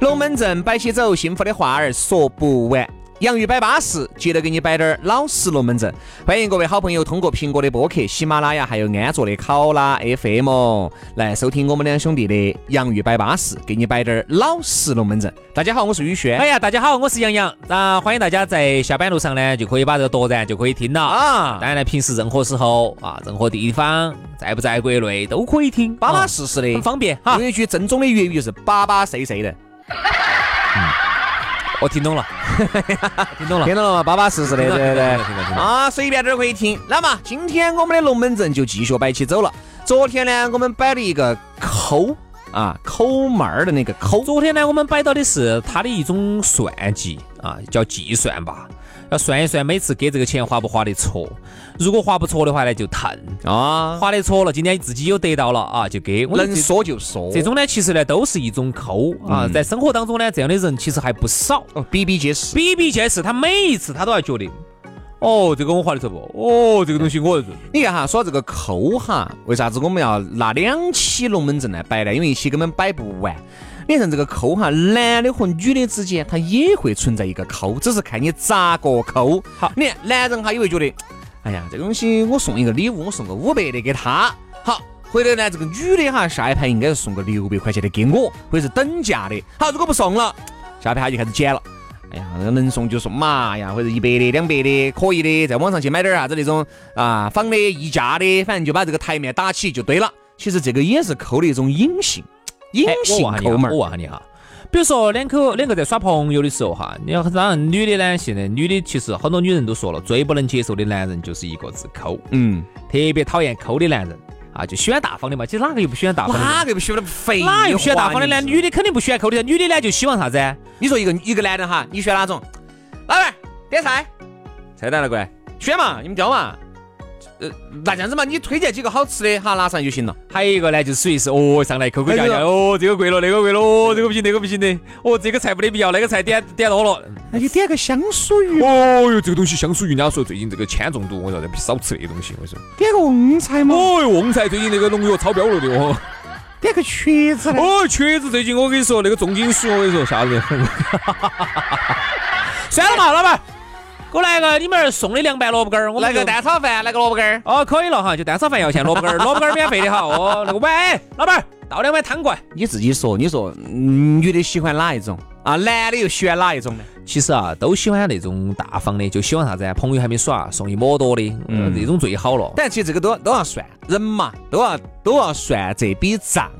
龙门阵摆起走，幸福的话儿说不完。洋芋摆巴适，接着给你摆点儿老实龙门阵。欢迎各位好朋友通过苹果的播客、喜马拉雅还有安卓的考拉 FM 来收听我们两兄弟的洋芋摆巴适，给你摆点儿老实龙门阵。大家好，我是宇轩。哎呀，大家好，我是杨洋。那、欢迎大家在下班路上呢，就可以把这个夺然就可以听了啊当然呢，平时任何时候啊，任何地方，在不在国内都可以听，巴巴哎适，适适的，很方便哈用一句正宗的粤语是巴巴适适的，我听懂了，听懂了。听到了吗？巴巴适适的，听到对不对？听到听到听到啊，随便点儿可以听。那么今天我们的龙门阵就继续摆起走了。昨天呢，我们摆了一个抠啊，抠门儿的那个抠。昨天呢，我们摆到的是他的一种算计啊，叫计算吧，要算一算每次给这个钱划不划得着。如果划不着的话呢，就疼；啊，划得着了，今天自己有得到了啊，就给。我觉得能这说就说，这种呢，其实呢都是一种抠啊，在生活当中呢，这样的人其实还不少。哦比比皆是。比比皆是，他每一次他都要觉得，哦，这个我划得着不？哦，这个东西我要做。你看哈，哎说这个抠哈，为啥子我们要拿两期龙门阵来摆呢？因为一期根本摆不完。你看这个抠哈，男的和女的之间，它也会存在一个抠，只是看你咋个抠。好你看男人哈也会觉得，哎呀，这个东西我送一个礼物，我送个五百的给他，好。或者呢，这个女的哈，下一盘应该是送个六百块钱的给我，或者是等价的。好，如果不送了，下一盘他就开始捡了。哎呀，能送就送嘛，哎呀，或者一百的、两百的，可以的，在网上去买点啥子那种啊仿的、溢价的，反正就把这个台面打起就对了。其实这个也是抠的一种隐性，隐哎我性问下你抠哈门我儿。问下你哈，比如说两口两个在耍朋友的时候哈，你要当然女的呢，现在女的其实很多女人都说了，最不能接受的男人就是一个字抠，嗯，特别讨厌抠的男人啊，就喜欢大方的嘛。其实哪个又不喜欢大方的人？哪个不喜欢肥？哪又喜欢大方的呢？你女的肯定不喜欢抠的，女的呢就希望啥子？你说一个一个男人哈，你选哪种？老板点菜，菜单了过来，选嘛，你们挑嘛。呃，那这样子嘛，你推荐几个好吃的哈，拿上就行了。还有一个呢，就属于是哦，上来抠抠哎叫这个叫，哦，这个贵了，那个贵了，哦，这个不行，那个不行的，哦，这个菜没得必要，那个菜点点多了。那就点个香酥鱼，哦哟，这个东西香酥鱼，人家说最近这个铅中毒，我说少吃那个东西。我说，点个旺菜嘛哦哟，旺菜最近那个农药超标了的 哦。点个茄子来。哦，茄子最近我跟你说那个重金属，我跟你说吓 人。算了嘛，老板，给我来个你们儿送的凉拌萝卜干儿，我们来个就蛋炒饭，来个萝卜干儿。 哦，可以了哈，就蛋炒饭要钱，萝卜干儿，萝卜干儿免费的哈。哦，那个喂，老板，倒两碗汤过来。你自己说，你说嗯女的喜欢哪一种啊？男的又喜欢哪一种呢？其实啊，都喜欢那种大方的，就喜欢啥子啊？朋友还没耍，送一抹多的，嗯，这种最好了。但其实这个都都要算，人嘛都要都要算这笔账，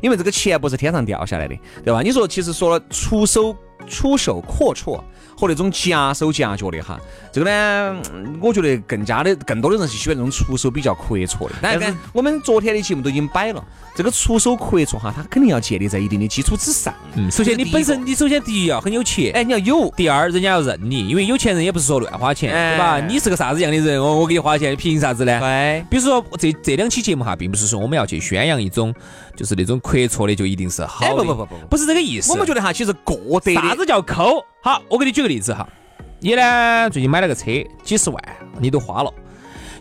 因为这个钱不是天上掉下来的，对吧？你说，其实说了出手出手阔绰和那种夹手夹脚的哈，这个呢，嗯我觉得更加的更多的人是喜欢那种出手比较阔绰的。但但是是我们昨天的节目都已经摆了，这个出手阔绰哈，它肯定要建立在一定的基础之上。嗯，首先这是你第一本身，你首先第一啊要很有钱，哎，你要有第二人家要认你，因为有钱人也不是说乱花钱，哎对吧？你是个啥子样的人，我我给你花钱，凭啥子呢？对。比如说这这两期节目哈，并不是说我们要去宣扬一种就是那种阔绰的就一定是好哎的，不不不不不不是这个意思。我们觉得哈，其实过得啥的子叫抠？好，我给你举个例子哈，你呢最近买了个车，几十万你都花了，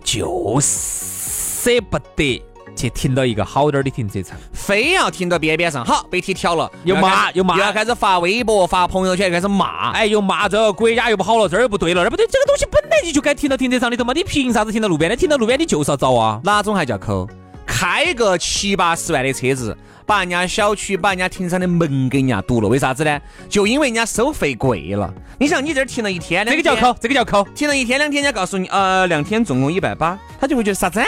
就舍不得去停到一个好点儿的停车场。非要停到边边上，好被踢条了，又骂又骂又要开始发微博、发朋友圈，开始骂。哎， 哎，又骂这国家又不好了，这儿又不对了，那儿不对，这个东西本来你就该停到停车场里头嘛，你凭啥子停到路边的？停到路边你就是要遭啊！哪种还叫抠？开个七八十万的车子，把人家小区、把人家停车场的门给人家堵了，为啥子呢？就因为人家收费贵了。你想，你这儿停了一天，这两个天叫抠，这个叫抠。停了一天两天，人家告诉你，呃，两天总共一百八，他就会觉得啥子？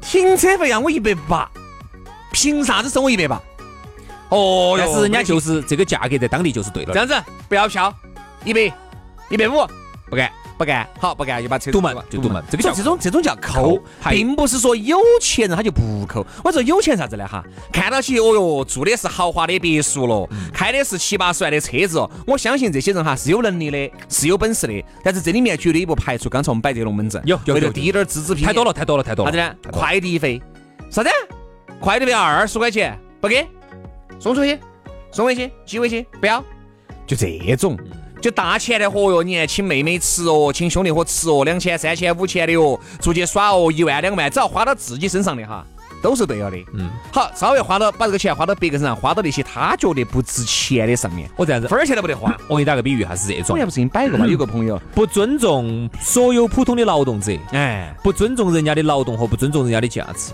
停车费让我一百八，凭啥子收我一百八？哦但是人家就。就是这个价格在当地就是对了这的。样子不要票，一百、一百五、不干，不干，好不干就把车堵门就堵门这这个个叫这种这种叫抠抠，还并不是说有钱人他就不抠。我说有钱啥子呢哈？看到起哦哟，住的是豪华的别墅了，嗯开的是七八十万的车子哦。我相信这些人哈是有能力的，是有本事的，但是这里面绝对不排除刚才我们摆这个龙门阵，有有为了有低点儿资质太多了，太多了，太多啥了。子呢？快递费，啥子？快递费二十块钱，不给，送出去，送回去，寄回去，不要，就这种，就大钱的嚯哟！你看请妹妹吃哦，请兄弟伙吃哦，两千、三千、五千的哦，出去耍哦，一万、两万，只要花到自己身上的哈，都是对了的。嗯，好，稍微花到把这个钱花到别个身上，花到那些他觉得不值钱的上面，我这样子，分儿钱都不得花。我给你打个比喻哈，是这我种原不是给你摆过嘛，有个朋友，不尊重所有普通的劳动者，哎，不尊重人家的劳动和不尊重人家的价值。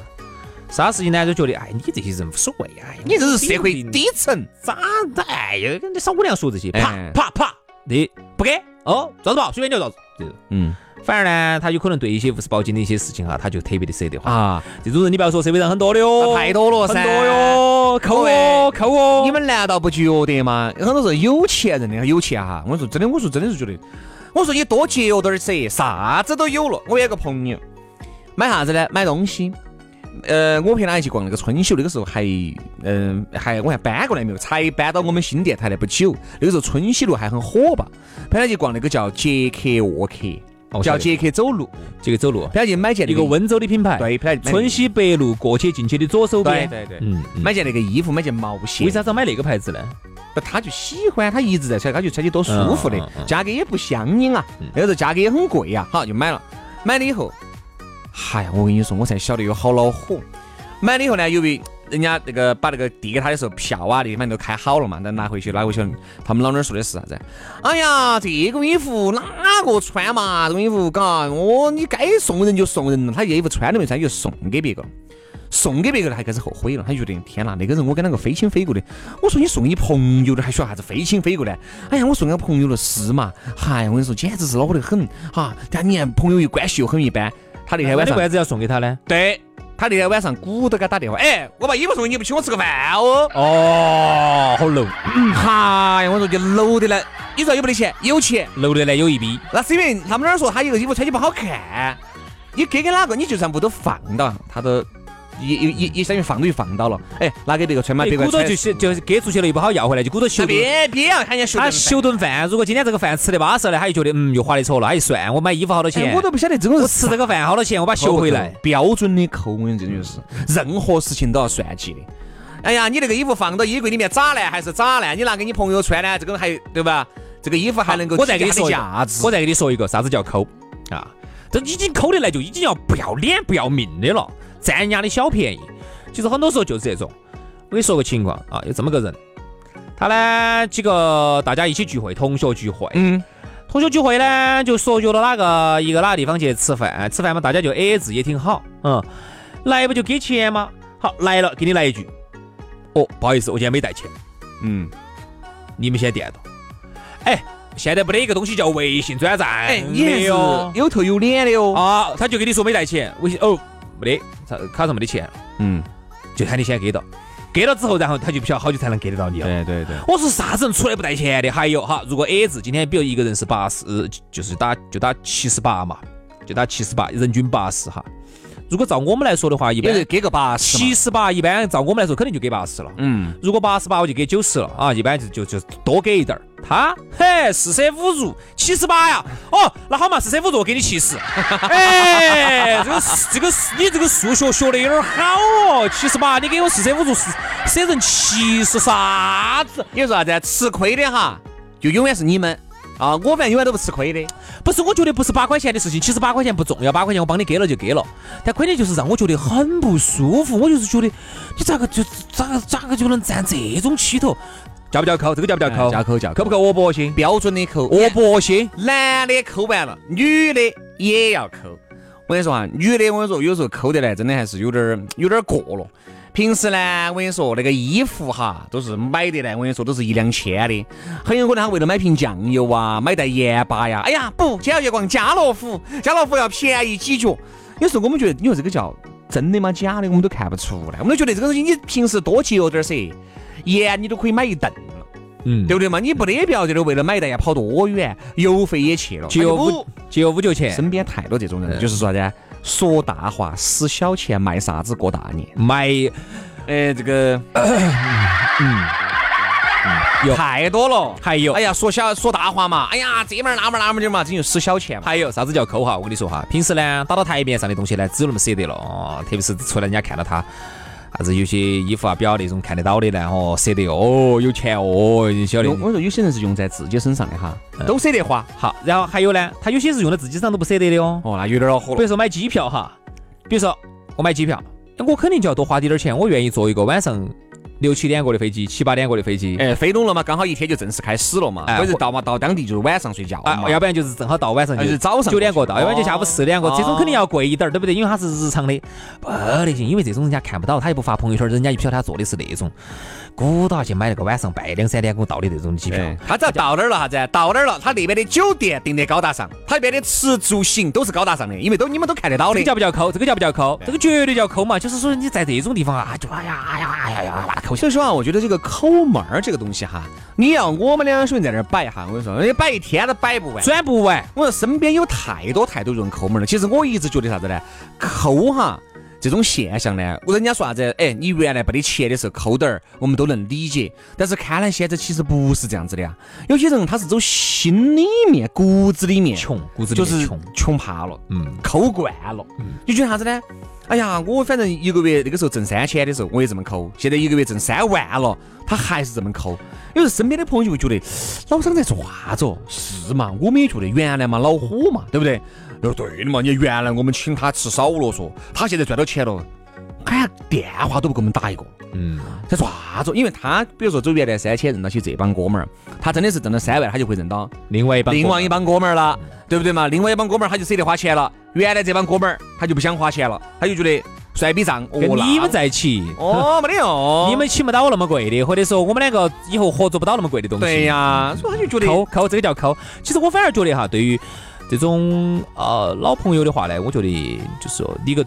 啥事情呢？就觉得哎，你这些人无所谓哎，你这是社会底层。咋的？哎呀，跟这商姑娘说这些，啪哎啪啪，你不给哦，抓子吧，随便你抓子。这种嗯反而呢，他有可能对一些无视报警的一些事情哈，啊他就特别的舍得花。啊，这种人你不要说，社会上很多的哦，太多了噻很多哟，抠哦，抠哦。你们难道不觉得吗？很多时候有钱人的有钱哈，我说真的，我说真的是觉得，我说你多节约点儿噻，啥子都有了。我有个朋友买啥子呢？买东西。呃，我陪他一起逛那个春秀，那个时候还，嗯、还我还搬过来没有？才搬到我们新电台来不久，那个时候春熙路还很火吧？陪他去逛那个叫杰克沃克，哦我叫晓得杰克走路，这个走路，啊陪他去买件那一个温州的品牌，对，陪他去买春熙北路过去进去的左手对边，对对，嗯，嗯买件那个衣服，买件毛鞋。为啥子要买那个牌子呢？不，他就喜欢，他一直在穿，他就穿起多舒服的嗯嗯嗯，价格也不相应啊，那个时候价格也很贵呀、好就买了，买了以后，嗨呀，我跟你说，我才晓得有好恼火。买了以后呢，由于人家那个把那个递给他的时候票啊，那些反正都开好了嘛，那拿回去拿回去，他们老娘儿说的是啥子？哎呀，这个衣服哪个穿嘛？这个衣服，嘎，我你该送人就送人了，他这衣服穿都没穿就送给别个。送给别个了，还开始后悔了。他就觉得天哪，那个人我跟那个非亲非故的。我说你送你朋友的，还需要啥子非亲非故呢？哎呀，我送给朋友了是嘛？嗨，我跟你说，简直是恼火得很哈！但你看朋友又关系又很一般，他那天晚那上你为啥子要送给他呢？对他那天晚上鼓捣给他打电话，哎，我把衣服送给你，不请我吃个饭哦。哦，好 low 哈呀，我说就 low 的了。你说有没得钱？有钱， low 的呢，有一逼。那是因为他们那儿说他有个衣服穿起不好看，你给给哪个，你就算不都放到，他都也也也也相当于放都就放到了。哎，拿给别个穿嘛，别个鼓捣穿就。是就是给出去了又不好要回来，就鼓捣修那。别别要喊人家学他顿饭修顿饭，如果今天这个饭吃的巴适了，他就觉得嗯又花的错了，他一算我买衣服好多哎钱，我都不晓得这种我人吃这个饭好多钱，我把它修回来。标准的抠，我跟你这种就是，任何事情都要算计的。哎呀，你那个衣服放到衣柜里面咋烂还是咋烂？你拿给你朋友穿呢，这个还对吧？这个衣服还能够我再给你体现说它一的价个值，我再给你说一个啥子叫抠啊？这已经抠的来就已经要不要脸不要命的了，占人家的小便宜。其实很多时候就是这种。我跟你说个情况啊，有这么个人，他呢几个大家一起聚会，同学聚会，嗯，同学聚会呢就说约到哪个一个哪个地方去吃饭，吃饭嘛大家就 A A 制也挺好，嗯，来不就给钱嘛？好，来了给你来一句，哦，不好意思，我今天没带钱。嗯，你们先垫到。哎，现在没得一个东西叫微信转账，哎，你还没是有有头有脸的哦，啊，他就跟你说没带钱，微信哦没得，他卡上没得钱，嗯，就喊你先给到，给了之后，然后他就比较好久才能给得到你了。对对，我说啥子人出来不带钱的？还有哈，如果 A 字今天比如一个人是八十，呃就是打就打七十八嘛，就打七十八，人均八十哈。如果照我们来说的话，一也般是给个八十，七，十八，一般照我们来说肯定就给八十了。嗯，如果八十八，我就给九十了啊，一般就就就多给一点儿。他嘿，四舍五入七十八呀，哦，那好嘛，四舍五入我给你七十。哎，这个这个你这个数学学的有点好哦，七十八，你给我四舍五入是舍人七十啥子？你说啥子？吃亏的哈，就永远是你们啊，我反正永远都不吃亏的，不是，我觉得不是八块钱的事情，其实八块钱不重要，八块钱我帮你给了就给了。但关键就是让我觉得很不舒服，我就是觉得你咋个就咋个咋个就能占这种气头？叫不叫抠？这个叫不叫抠？哎叫抠叫抠抠不抠恶不恶心？标准的抠，恶不恶心？男的抠完了，女的也要抠。我跟你说啊，女的我跟你说，有时候抠得来，真的还是有点儿有点儿过了。平时呢，我跟你说那个衣服哈，都是买的呢，我跟你说都是一两千的，很有可能他为了买瓶酱油啊，买袋盐巴呀，哎呀不，今天要去逛家乐福，家乐福要便宜几角。有时候我们觉得，你说这个叫真的吗？假的我们都看不出来，我们都觉得这个东西你平时多节约点儿噻，盐你都可以买一顿了。嗯对不对嘛？你不得必要在这儿为了买一袋要跑多远，邮费也去了。节约哎呦五节约五角钱，身边太多这种人了，就是说啥子，说大话，使小钱，卖啥子过大年。买哎，这个嗯有嗯太多了。还有哎呀，说小说大话嘛，哎呀，这门儿那门儿那门儿的嘛，这就使小钱嘛。还有啥子叫抠哈？我跟你说哈，平时呢打到台面上的东西呢，只有那么舍得了哦。特别是出来人家看到他，啥子有些衣服啊、表那种看得到的呢，哦，舍得哦，有钱哦，你嗯晓得有。我说有些人是用在自己身上的哈，都舍得花。好，然后还有呢，他有些是用在自己身上都不舍得的哦。哦，那有点恼火比。如说买机票哈，比如说我买机票，那我肯定就要多花点点钱，我愿意坐一个晚上六七点过的飞机，七八点过的飞机。哎，飞拢了嘛，刚好一天就正式开始了嘛，哎或者或到嘛到当地就是晚上睡觉啊，嘛要不然就是正好到晚上哎就是早上九点过到，过去要不然就下午四点过，哦这种肯定要贵一点儿，对不对？因为它是日常的，不得行，因为这种人家看不到，他又不发朋友圈，人家就不晓得他做的是那种，鼓捣去买那个晚上半夜两三点给我到的那种机票。哎他只要到那儿了啥子？到那儿了，他那边的酒店订的高大上，他那边的吃住行都是高大上的，因为都你们都看得到的这个。叫不叫抠？这个叫不叫抠？这个绝对叫抠嘛！就是说你在这种地方啊，就哎呀哎呀哎呀哎呀，抠所以说啊，我觉得这个抠门儿这个东西哈，你要我们两兄弟在这儿摆哈，我跟你说，你摆一天都摆不完。转不完。我说身边有太多太多人抠门儿了。其实我一直觉得啥子呢？抠哈这种现象呢，人家说啥子？哎，你原来没得钱的时候抠点儿，我们都能理解。但是看来现在其实不是这样子的呀。有些人他是走心里面、骨子里面穷骨子里就面是穷穷怕了，嗯，抠惯了。你觉得啥子呢？哎呀，我反正一个月那个时候挣三千的时候，我也这么抠。现在一个月挣三万了，他还是这么抠。有时候身边的朋友就会觉得 老张在做啥子哦？是嘛？我们也觉得原来嘛恼火嘛，对不对？哦，对的嘛，你原来我们请他吃少了说，他现在赚到钱了，哎呀，电话都不给我们打一个。嗯，在做啥子哦？因为他比如说走原来三千认到起这帮哥们儿，他真的是挣了三万，他就会认到另外一帮另外一帮哥们儿了，对不对嘛？另外一帮哥们儿他就舍得花钱了，原来这帮哥们儿他就不想花钱了，他就觉得算笔账，哦，跟你那们在一起，哦没得用， 你们请不到那么贵的，或者说我们两个以后合作不到那么贵的东西。对呀，所以他就觉抠得抠，这个叫抠。其实我反而觉得哈，对于这种呃老朋友的话呢，我觉得就是说一个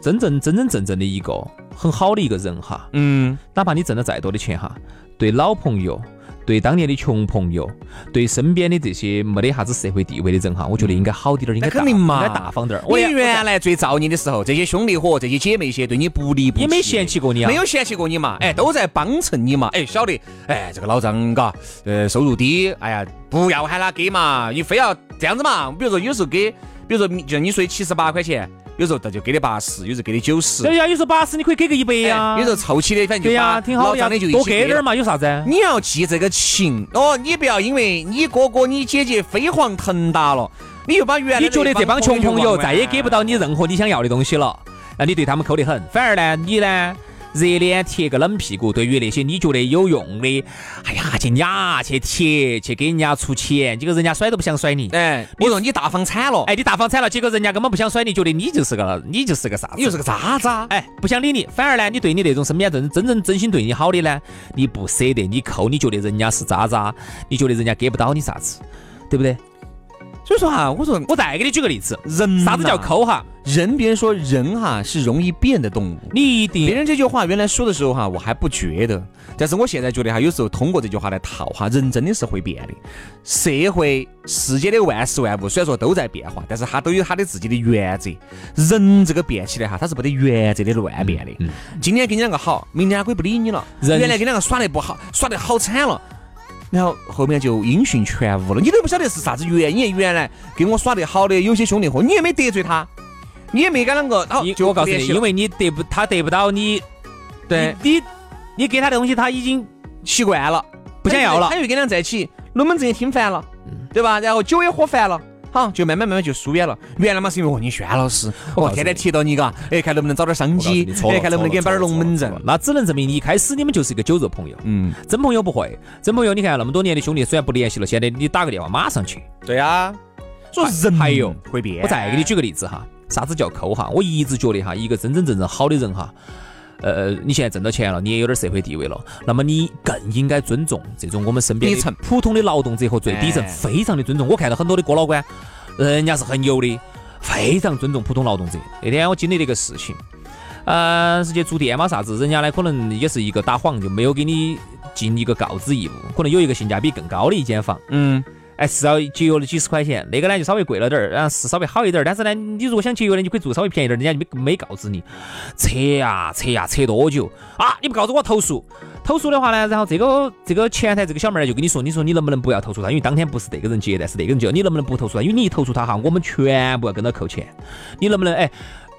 真正真真正正的一个很好的一个人哈，嗯，哪怕你挣了再多的钱哈，对老朋友。对当年的穷朋友，对身边的这些没得啥子社会地位的人哈，我觉得应该好滴点儿，应该那肯大定嘛应该大方点儿。我我也原来最造你的时候，这些兄弟伙、这些姐妹些对你不离不弃，也没嫌弃过你啊没有嫌弃过你嘛，哎，都在帮衬你嘛，哎，晓得，哎，这个老张嘎，呃，收入低，哎呀，不要喊他给嘛，你非要这样子嘛，比如说有时候给，比如说就像你说的七十八块钱，有时候他就给你八十，有时候给你九十哎对，呀，有时候八十你可以给个一百呀，哎有时候凑齐的反正对就呀，把挺好老的呀张的就，一多起给点儿。嘛，有啥子？你要记这个情哦，你不要因为你哥哥、你姐姐飞黄腾达了，你就把原来你觉得这帮穷朋友再也给不到到你任何你想要的东西了，那你对他们抠得很。反而呢，你呢热脸贴个冷屁股，对于那些你觉得有用的，哎呀去压去贴去给人家出钱，结果人家甩都不想甩你。哎，我说你大方惨了，哎，你大方惨了，结果人家根本不想甩你，觉得你就是个你就是个啥子？你就是个渣渣。哎，不想理你，反而呢，你对你那种身边真真正真心对你好的呢，你不舍得，你抠，你觉得人家是渣渣，你觉得人家给不到你啥子，对不对？所以说哈，我说啊我再给你举个例子，人啥子叫呐抠哈？人？别人说人哈是容易变的动物。你一定别人这句话原来说的时候哈，我还不觉得，但是我现在觉得哈，有时候通过这句话来套哈，人真的是会变的。社会、世界的万事万物虽然说都在变化，但是它都有它的自己的原则。人这个变起来哈，它是没得原则的乱变的。今天跟你两个好，明天他可以不理你了。嗯人原来跟两个耍得不好，耍得好惨了。然后后面就音讯全无了，你都不晓得是啥子原因。原来跟我耍得好的有些兄弟伙，你也没得罪他，你也没跟啷个，好因就我告诉联你，系了因为你得不他得不到你，对你你你给他的东西，他已经习惯了，不想要了嗯他就跟他俩在一起，龙门阵也听烦了，对吧？然后酒也喝烦了。好，就慢慢慢慢就疏远了。原来嘛是因为哦，你轩老师，告哦，诉天天你提到你嘎，哎，看能不能找点商机，哎，看能不能给你摆点龙门阵。那只能证明你一开始你们就是一个酒肉朋友。嗯，真朋友不会，真朋友你看那么多年的兄弟，虽然不联系了，现在你打个电话马上去。对呀。说人还有会变，我再给你举个例子哈，啥子叫抠哈？我一直觉得哈，一个真真正正好的人哈。呃，你现在挣到钱了，你也有点社会地位了，那么你更应该尊重这种我们身边底的层普通的劳动者和最底层，哎非常的尊重。我看到很多的哥老倌，人家是很有的，非常尊重普通劳动者。那天我经历了一个事情，呃，是去住店嘛啥子，人家呢可能也是一个打幌，就没有给你尽一个告知义务，可能有一个性价比更高的一间房，嗯，哎，至少节约了几十块钱，那个呢就稍微贵了点儿，然后是稍微好一点儿，但是呢，你如果想节约呢，你可以住稍微便宜点儿，人家就没没告知你，扯呀扯呀扯多久啊？你不告知我投诉，投诉的话呢，然后这个这个前台这个小妹儿就跟你说，你说你能不能不要投诉他，因为当天不是那个人接待，是那个人接待，你能不能不投诉他？因为你一投诉他哈，我们全部要跟他扣钱，你能不能哎？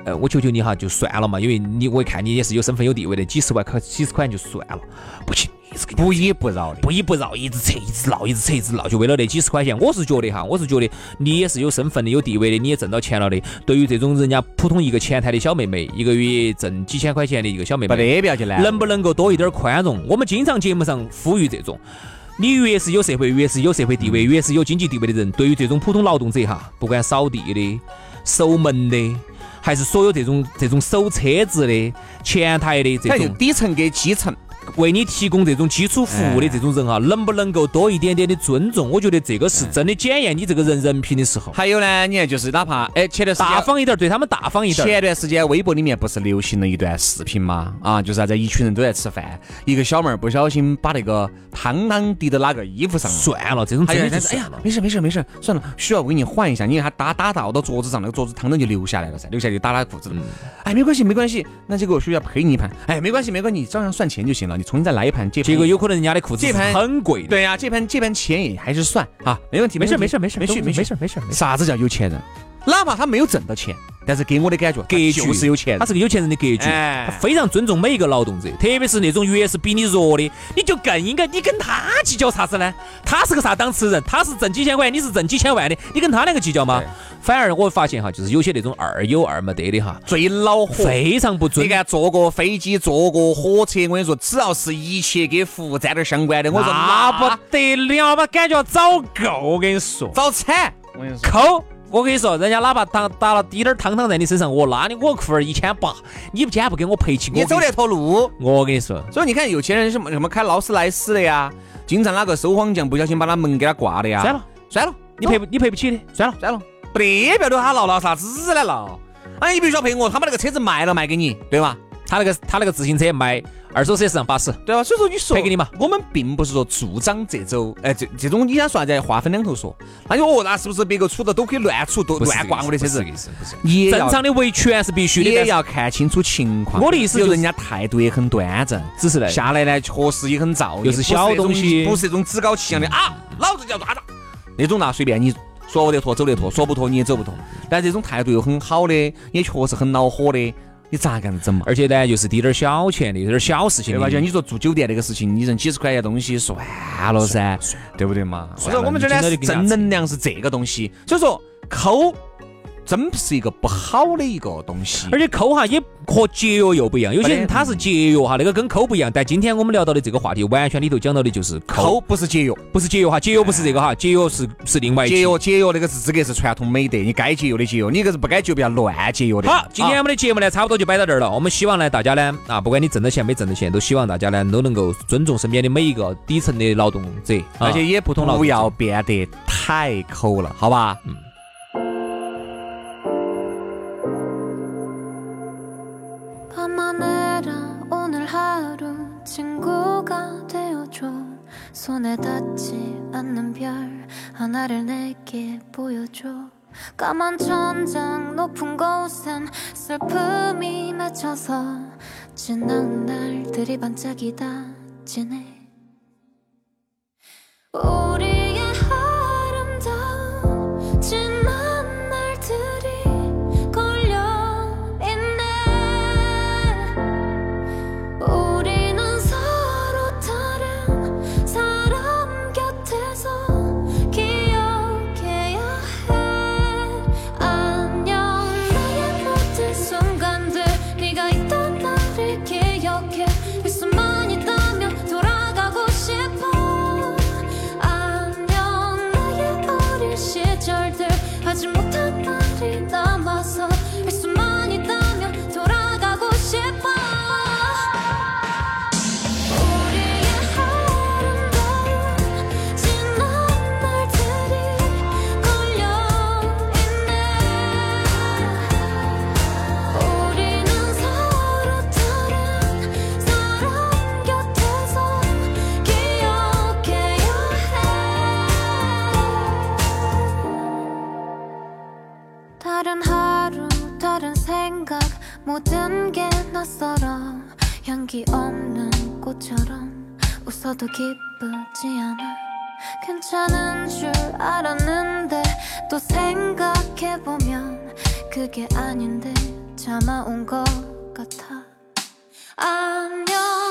呃，我求求你哈，就算了嘛，因为你我一看你也是有身份有地位的，几十万块几十块钱就算了，不行，一直给你不依不饶的。不依不饶，一直扯，一直闹，一直扯，一直闹，就为了那几十块钱。我是觉得哈，我是觉得你也是有身份的、有地位的，你也挣到钱了的。对于这种人家普通一个前台的小妹妹，一个月挣几千块钱的一个小妹不妹，得不要去拦，能不能够多一点宽容？我们经常节目上呼吁这种，你越是有社会，越是有社会地位，越是有经济地位的人，对于这种普通劳动者哈，不管扫地的、守门的，还是所有这种这种守车子的、前台的这他就种。底层给基层，为你提供这种基础服哎务的这种人哈，能不能够多一点点的尊重？我觉得这个是真的检验你这个人人品的时候，哎还有呢，你看就是哪怕哎前段时大间。方一点，对他们大方一点。前段时间微博里面不是流行了一段视频吗？啊，就是啥子，一群人都在吃饭，一个小妹儿不小心把那个汤汤滴到哪个衣服上了，算了，这种哎真呀的，就但是哎呀算了，。没事没事没事，算了，需要我给你换一下，因为他打打到到桌子上，那个桌子汤汤就流下来了噻，流下来就打他裤子了。哎，没关系没关系，那这个我需要赔你一盘。哎，没关系没关系，你照样算钱就行了，你重新再来一盘。这盘结果有可能人家的裤子这是盘很贵的。对呀、这盘这盘钱也还是算啊，没问题，没事问没题事没事没都事没事没事没事啥子叫有钱人？哪怕他没有挣到钱，但是给我的感觉，格他局就是有钱人他。是个有钱人的格局，哎他非常尊重每一个劳动者，特别是那种越是比你弱的，你就更应该，你跟他计较啥子呢？他是个啥档次人？他是挣几千块，你是挣几千万的，你跟他两个计较吗对？反而我发现哈，就是有些那种二有二没得的哈，最恼火。非常不尊你看，坐过飞机，坐过火车，我跟你说，只要是一切跟服务沾点相关的，我说那那不不得了嘛，感觉找够。我跟你说，早惨。我跟你说，抠。我跟你说，人家哪怕打打了滴点儿汤汤在你身上，我拉你我裤儿一千八，你不今天不给我赔起，我你走跟那头路。我跟你说，所以你看，有钱人什么什么开劳斯莱斯的呀，经常哪个收荒匠不小心把他门给他挂的呀，算了，算了，你赔不你赔不起的，算了。算了，不得不要对他闹闹啥子来闹。哎，你必须要赔我，他把那个车子卖了卖给你，对吧？他那个他那个自行车卖二手车市场八十，对吧？所以说你说赔给你嘛，我们并不是说助长这种，哎，这这种你想说啥子？划分两头说，那就哦，那是不是别个出的都可以乱出，都不是乱挂我的车子这个？意思，不是这个意思也正要常的维权是必须的，也但是要看清楚情况。我的意思就是有人家态度也很端正，只是来下来呢确实也很造业，又是小东西不是那种趾高气扬的啊，老子就要抓他那种那随便你。说得脱走得脱，说不脱你也走不脱。但这种态度又很好的，也确实很恼火的，你咋个样子整嘛？而且呢又是滴点儿小钱的，有点儿小事情对吧？的，就像你说住酒店那个事情，你挣几十块钱东西算了噻，对不对嘛？所以说我们这儿你呢真的是就跟人正家能量是这个东西，所以说抠真不是一个不好的一个东 西。而且抠哈也和节约又不一样，有些人他是节约哈，那个跟抠不一样。但今天我们聊到的这个话题，完全里头讲到的就是抠，抠不是节约，不是节约哈，节约不是这个哈，节约是是另外一节期。约节约那个是资格是传统美德，你该节约的节约，你这个是不该节约不要乱节约的。好，今天啊我们的节目呢，差不多就摆到这儿了。我们希望呢，大家呢，啊，不管你挣到钱没挣到钱，都希望大家呢，都能够尊重身边的每一个底层的劳动者，啊而且也普普通通劳动不要者。变得太抠了，好吧？ 밤하늘아 오늘 하루 친구가 되어줘 손에 닿지 않는 별 하나를 내게 보여줘 까만 천장 높은 곳엔 슬픔이 맺혀서 지난 날들이 반짝이다 지네 우리의 아름다운 지난 날들이 걸려있네 우리는 서로 다른 사람 곁에서 기억해야 해 안녕 나의 모든 순간들 네가 있던 나를 기억해 일수만 있다면 돌아가고 싶어 안녕 나의 어린 시절들 하지 못한 말이 남아서 일수만 있다면 돌아가고 싶어 우리의 아름다운 지난 날들이 걸려있네 우리는 서로 다른 사람 곁에서 기 다른 하루 다른 생각 모든 게 낯설어 향기 없는 꽃처럼 웃어도 기쁘지 않아 괜찮은 줄 알았는데 또 생각해보면 그게 아닌데 참아온 것 같아 안녕 그